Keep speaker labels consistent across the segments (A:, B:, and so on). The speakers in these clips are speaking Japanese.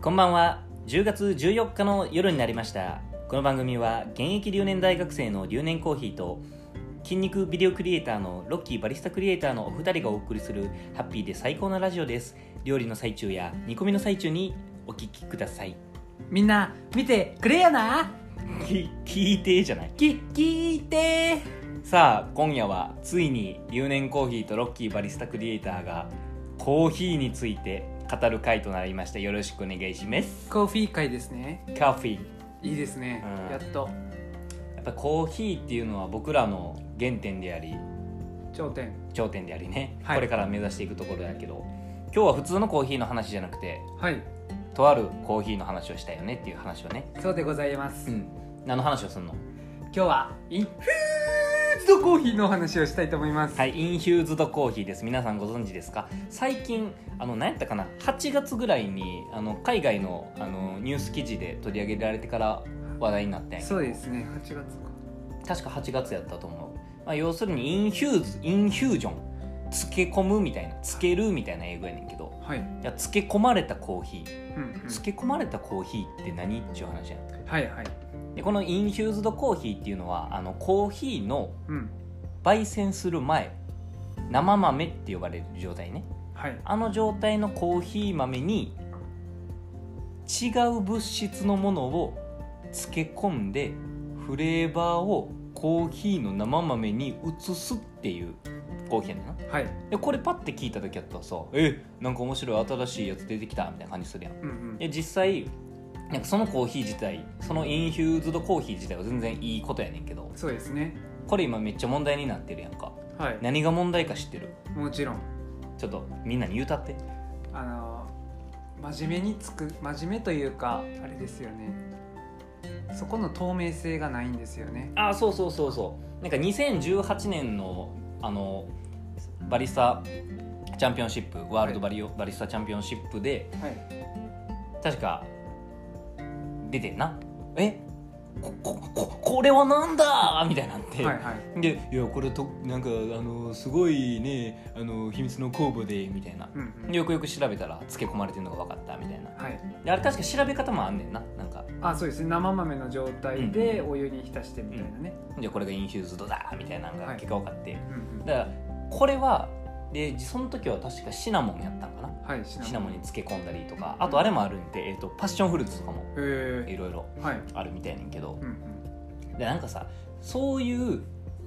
A: こんばんは10月14日の夜になりましたこの番組は現役留年大学生の留年コーヒーと筋肉ビデオクリエイターのロッキーバリスタクリエイターのお二人がお送りするハッピーで最高なラジオです料理の最中や煮込みの最中にお聞きください
B: みんな見てくれよな
A: き聞いてじゃない
B: き聞いて
A: さあ今夜はついに留年コーヒーとロッキーバリスタクリエイターがコーヒーについて語る回となりましたよろしくお願いします
B: コーヒー会ですね
A: カフィー
B: いいですね、
A: うん
B: やっと
A: やっぱコーヒーっていうのは僕らの原点であり
B: 頂点
A: 頂点でありね、
B: はい
A: これから目指していくところだけど今日は普通のコーヒーの話じゃなくて
B: はい
A: とあるコーヒーの話をしたいよねっていう話をね
B: そうでございます、
A: うん何の話をするの
B: 今日はインフーズドコーヒーのお話をしたいと思います、
A: はいインヒューズドコーヒーです皆さんご存知ですか最近あの何やったかな8月ぐらいにあの海外のあのニュース記事で取り上げられてから話題になってんやけど
B: そうですね8月か
A: 確か8月やったと思う、まあ、要するにインヒューズインフュージョン漬け込むみたいな漬けるみたいな英語やねんけど
B: はい、
A: いや漬け込まれたコーヒー
B: うんうん
A: 漬け込まれたコーヒーって何っていう話やん
B: はいはい
A: でこのインヒューズドコーヒーっていうのはあのコーヒーの
B: うん
A: 焙煎する前生豆って呼ばれる状態ね
B: はい
A: あの状態のコーヒー豆に違う物質のものを漬け込んでフレーバーをコーヒーの生豆に移すっていうコーヒーやねんな
B: はい
A: でこれパッて聞いた時やったらさ「えなんか面白い新しいやつ出てきた」みたいな感じするやん
B: うんうん
A: で実際なんかそのコーヒー自体そのインフューズドコーヒー自体は全然いいことやねんけど
B: そうですね
A: これ今めっちゃ問題になってるやんか
B: はい
A: 何が問題か知ってる
B: もちろん
A: ちょっとみんなに言うたって
B: あの真面目につく真面目というかあれですよねそこの透明性がないんですよね
A: あそうそうそうそうなんか2018年のあのバリスタチャンピオンシップワールドバリオ、バリスタチャンピオンシップで
B: はい
A: 確か出てんなえここここれはなんだみたいになって、
B: はいはい
A: で「いやこれとなんかあのすごいねあの秘密の公募で」みたいな
B: うんうん
A: よくよく調べたら漬け込まれてるのが分かったみたいな
B: はい、
A: であれ確か調べ方もあんねんななんか
B: あそうですね生豆の状態でお湯に浸してみたいなね、
A: じゃあこれがインフューズドだみたいなのが
B: はい
A: 結果分かって、
B: うんうん
A: だからこれはでその時は確かシナモンやったんかな
B: はいシ
A: シナ
B: ナモ
A: モ
B: ン
A: ンに漬け込んだりとかあとあれもあるんで、えー、とパッションフルーツとかも
B: へ
A: い
B: え
A: ろいろ
B: はい、
A: あるみたいねんけど
B: うんうん、
A: でなんかさそういう、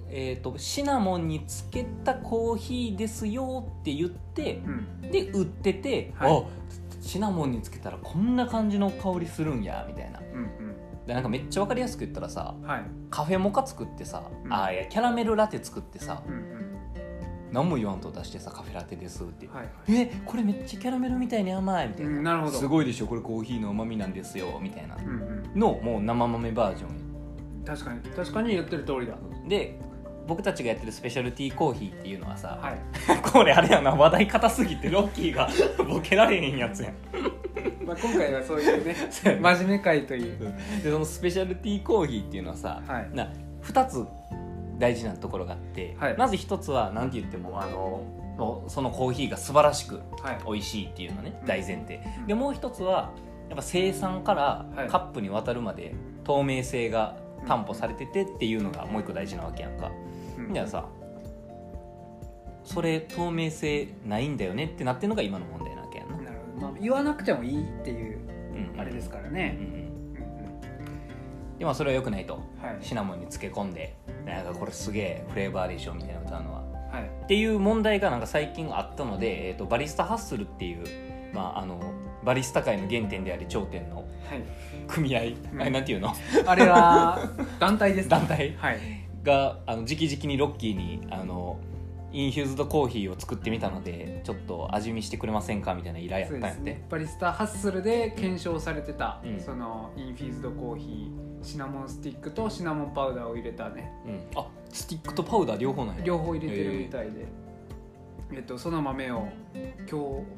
A: えー、とシナモンに漬けたコーヒーですよって言って
B: うん
A: で売ってて、
B: はい
A: あシナモンにつけたらこんな感じの香りするんやみたいな
B: うん
A: でなんかめっちゃ分かりやすく言ったらさ
B: うんはい
A: カフェモカ作ってさ、
B: うん
A: あいやキャラメルラテ作ってさ
B: うんうん
A: 何も言わんと出してさカフェラテですって、
B: はいはい
A: えこれめっちゃキャラメルみたいに甘いみたいな,、
B: うんなるほど
A: すごいでしょこれコーヒーのうまみなんですよみたいな
B: うんうん
A: のもう生豆バージョン
B: 確かに確かに言ってる通りだ
A: で僕たちがやってるスペシャルティーコーヒーっていうのはさ、
B: はい
A: これあれやな話題硬すぎてロッキーが ボケられへんやつやん
B: まあ今回はそういうね
A: そうやな
B: 真面目会という
A: でそのスペシャルティーコーヒーっていうのはさ、
B: はい
A: な2つ大事なところがあって、
B: はい
A: まず1つは何て言ってもあのもうそのコーヒーが素晴らしく
B: はい
A: 美味しいっていうのね
B: うん
A: 大前提、
B: うん
A: でもう1つはやっぱ生産から
B: はい
A: カップに渡るまで透明性が担保されててっていうのがもう1個大事なわけやんか、
B: うん
A: じゃあさそれ透明性ないんだよねってなってるのが今の問題なわけやんな、
B: なるほど、まあ、言わなくてもいいっていう
A: うん
B: あれですから
A: うんう
B: ね、
A: ん
B: うんうん
A: でもそれは良くないと
B: はい
A: シナモンに漬け込んでなんかこれすげえフレーバーでしょみたいな歌うのは
B: はい
A: っていう問題がなんか最近あったので、えー、とバリスタハッスルっていう、まあ、あのバリスタ界の原点であり頂点の
B: はい
A: 組合、
B: ん
A: あれなんていうの
B: あれは団体ですか
A: 団体
B: はい
A: があの直々にロッキーにあのインフューズドコーヒーを作ってみたのでちょっと味見してくれませんかみたいな依頼やっ
B: そ
A: た
B: うん
A: や
B: で
A: っ
B: す
A: て、
B: ねバリスタハッスルで検証されてた、
A: うん
B: そのインフィーズドコーヒーシナモンスティックとシナモンパウダーを入れたね
A: うん、あスティックとパウダー両方なんや
B: 両方入れてるみ
A: い、
B: たいで、えっと、その豆を今日、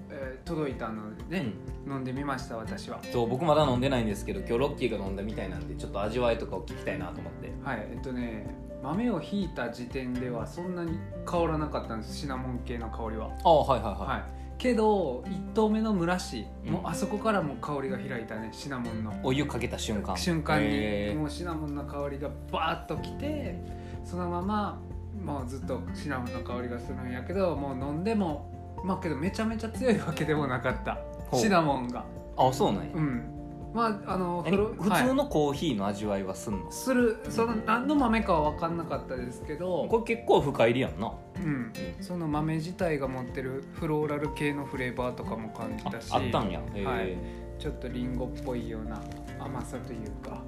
B: えー届いたので
A: えー
B: ね、飲んでみました私は
A: うんそう僕まだ飲んでないんですけど今日ロッキーが飲んだみたいなんでちょっと味わいとかを聞きたいなと思って
B: はいえっとね豆をひいた時点ではそんなに香らなかったんですシナモン系の香りは
A: あはいはいはい、
B: はいけど1投目の蒸らし、
A: うん
B: もうあそこからもう香りが開いたねシナモンの
A: お湯かけた瞬間
B: 瞬間に
A: へ
B: もうシナモンの香りがバーッときてそのままもうずっとシナモンの香りがするんやけどもう飲んでもまあけどめちゃめちゃ強いわけでもなかった
A: ほう
B: シナモンが
A: ーあそうなんや、
B: うんまああの
A: 何
B: フル
A: 普
B: はい
A: 通のコーヒーの味わいはすんの、
B: するその何の豆かは分かんなかったですけど
A: これ結構深入りやんな
B: うん、その豆自体が持ってるフローラル系のフレーバーとかも感じ
A: あ
B: たし
A: あったんやへえ、
B: はい
A: うん
B: ちょっとリンゴっぽいような甘さというか、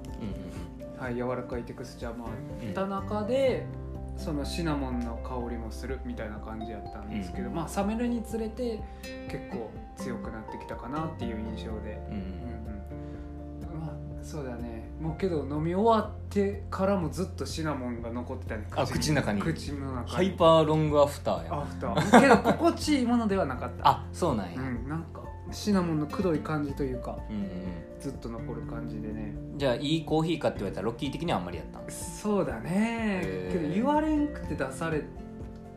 B: はい、柔らかいテクスチャーもあっ
A: うんうん
B: た中でそのシナモンの香りもするみたいな感じやったんですけど、まあ冷めるにつれて結構強くなってきたかなっていう印象で、
A: うんう
B: うん
A: ん
B: うんまあ、そうだねもうけど飲み終わってからもずっとシナモンが残ってたね
A: あ口の中に
B: 口の中に
A: ハイパーロングアフターやん
B: アフターけど心地いいものではなかった
A: あそうなん
B: う
A: や、うん
B: んなんかシナモンのくどい感じというか
A: うん
B: ずっと残る感じでね
A: うんじゃあいいコーヒーかって言われたらロッキー的にはあんまりやったん
B: そうだね
A: へー
B: けど言われんくて出され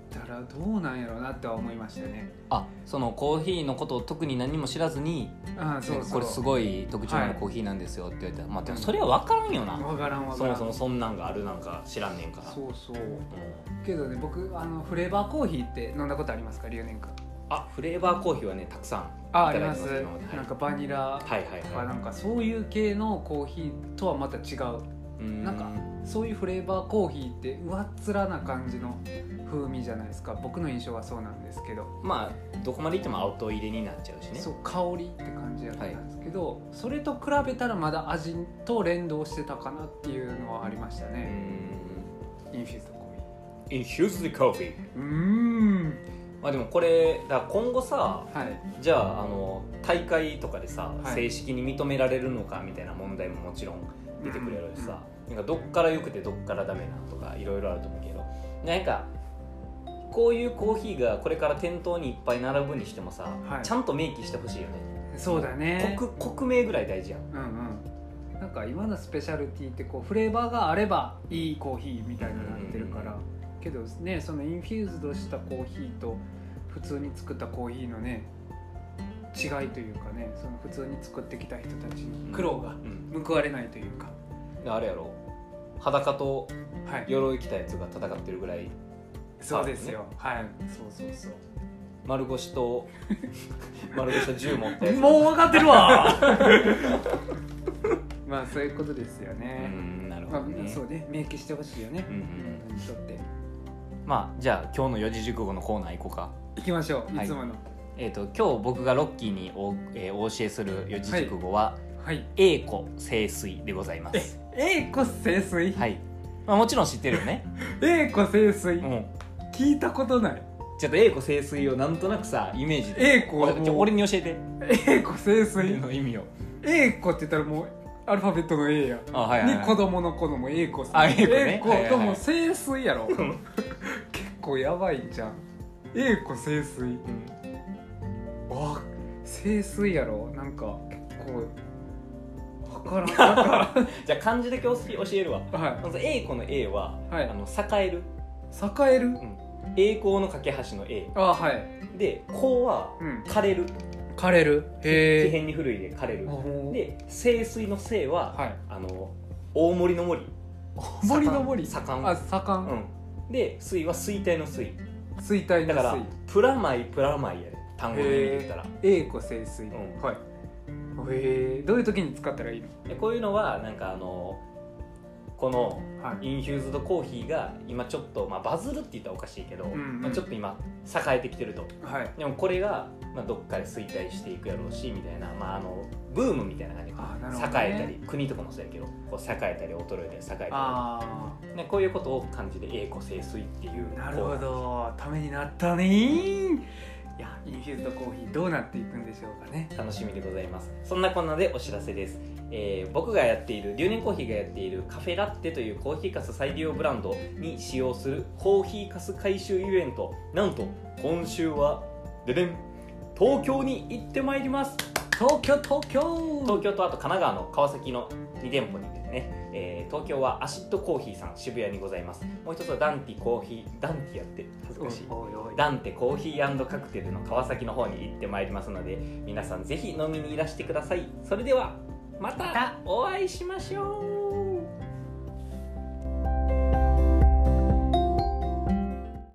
B: たらどうなんやろうなっては思いましたね
A: あそのコーヒーのことを特に何も知らずに
B: ああそうそう
A: これす
B: い
A: ごい特徴のある
B: はい
A: コーヒーなんですよって言われたら、まあでもそれは分からんよな、
B: わからんわ
A: そ
B: から
A: も
B: ん
A: そもそんなんがあるなんか知らんねんから
B: そうそう
A: うん
B: けどね僕あのフレーバーコーヒーって飲んだことありますか留年間
A: あフレーバーコーヒーはねたくさん
B: ああ
A: い
B: り
A: ただい
B: ま
A: て
B: す
A: ます今まではい
B: なんかバニラ
A: はいはい
B: と
A: は
B: か
A: い
B: なんかそういう系のコーヒーとはまた違う
A: うん
B: なんかそういうフレーバーコーヒーって上っ面な感じの風味じゃないですか僕の印象はそうなんですけど、
A: まあどこまで行ってもアウト入れになっちゃうしね
B: そう香りって感じだったんですけど、それと比べたらまだ味と連動してたかなっていうのはありました
A: う
B: ね、
A: ん
B: インフィズドコーヒ
A: インフューズドコーヒー
B: ーうーん
A: まあでもこれだから今後さ
B: はい
A: じゃああの大会とかでさ、
B: はい
A: 正式に認められるのかみたいな問題ももちろん出てくるやろうしさ、なんかどっから良くてどっからダメなとかいろいろあると思うけどなんかこういうコーヒーがこれから店頭にいっぱい並ぶにしてもさ、
B: はい
A: ちゃんと明記してほしいよね
B: うんうんそうだね
A: 国国名ぐらい大事やん
B: うんうんなんか今のスペシャルティってこうフレーバーがあればいいコーヒーみたいになってるから、
A: う
B: けどねそのインフューズドしたコーヒーと普通に作ったコーヒーのね違いというかねその普通に作ってきた人たちに苦労が
A: うん
B: 報われないというか、
A: であれやろ裸と
B: はい
A: 鎧着たやつが戦ってるぐらい
B: そうですよ、はいそうそうそう
A: 丸腰 と丸腰と銃持ったやつ
B: もう分かってるわ まあそういうことですよ
A: う
B: ね、
A: んなるほ
B: ま
A: ど
B: あ
A: ね、
B: そうね明記してほしいよね
A: う、んうん
B: 人にとって
A: まあじゃあ今日の四字熟語のコーナー行こうか。
B: いきましょう、
A: はい
B: いつもの
A: えっ、と今日僕がロッキーにお,、えーお教えする四字熟語は
B: はい
A: 「栄枯盛衰」でございます。
B: えいこ清水
A: はい。まあもちろん知ってるよね。
B: えいこ清水、
A: うん。
B: 聞いたことない
A: ちょっと栄枯盛衰をなんとなくさイメージで。
B: 栄枯はもう
A: ちょ俺に教えて。
B: えいこ清
A: 栄
B: 水
A: の意味を。
B: えいこって言ったらもうアルファベットの A や
A: あはいはい、
B: に
A: はい。
B: 子供の子のもえいこ
A: あえいこね
B: えいこ
A: はいはいはい
B: とも清水や ろ結
A: ん
B: 構やばいじゃんえいこ清水
A: うん
B: わ清水やろなんか結 構わからんなんか
A: じゃあ漢字だけ教えるわ。
B: は
A: まず栄枯の栄は、
B: はい
A: あの栄える。
B: い栄える
A: 栄光の架け橋の栄。
B: あはい
A: で光は
B: うん
A: 枯れる。
B: 枯れる
A: 地
B: へえ
A: 変に古いで枯れる。
B: で
A: で盛衰の盛は、
B: はい
A: あの大盛りの森
B: 森の森
A: 盛ん
B: あ盛ん
A: うん、で水は衰退の水
B: 衰退
A: だ
B: の
A: から
B: 水
A: プラマイプラマイやで単語の意味で言ったら、
B: 栄枯盛
A: う
B: 衰、
A: ん
B: はいへえどういう時に使ったらいいの
A: でこういうのはなんかあのこの
B: はい
A: インフューズドコーヒーが今ちょっと、まあ、バズるって言ったらおかしいけど、
B: んうん
A: まあ、ちょっと今栄えてきてると
B: はい
A: でもこれが、まあ、どっかで衰退していくやろうしみたいな、まあ、あのブームみたいな感じか
B: あーなるほどね
A: 栄えたり国とかもそうやけどこう栄えたり衰えたり栄えたり
B: あ
A: ね、こういうことを感じで栄枯盛衰っていう
B: あなるほ
A: こ
B: どためになったねいやインフューズドコーヒーどうなっていくんでしょうかね
A: う楽しみでございますそんなこんなでお知らせです、えー僕がやっている留年コーヒーがやっているカフェラッテというコーヒーかす再利用ブランドに使用するコーヒーかす回収イベントなんと今週はででん東京に行ってまいります
B: 東京東京
A: 東京とあと神奈川の川崎の2店舗にですね、えー東京はアシッドコーヒーさん渋谷にございますもう一つはダンティコーヒーダンティやって恥ずかしい、
B: おいおい
A: ダンテコーヒーカクテルの川崎の方に行ってまいりますので皆さんぜひ飲みにいらしてくださいそれではまたお会いしましょう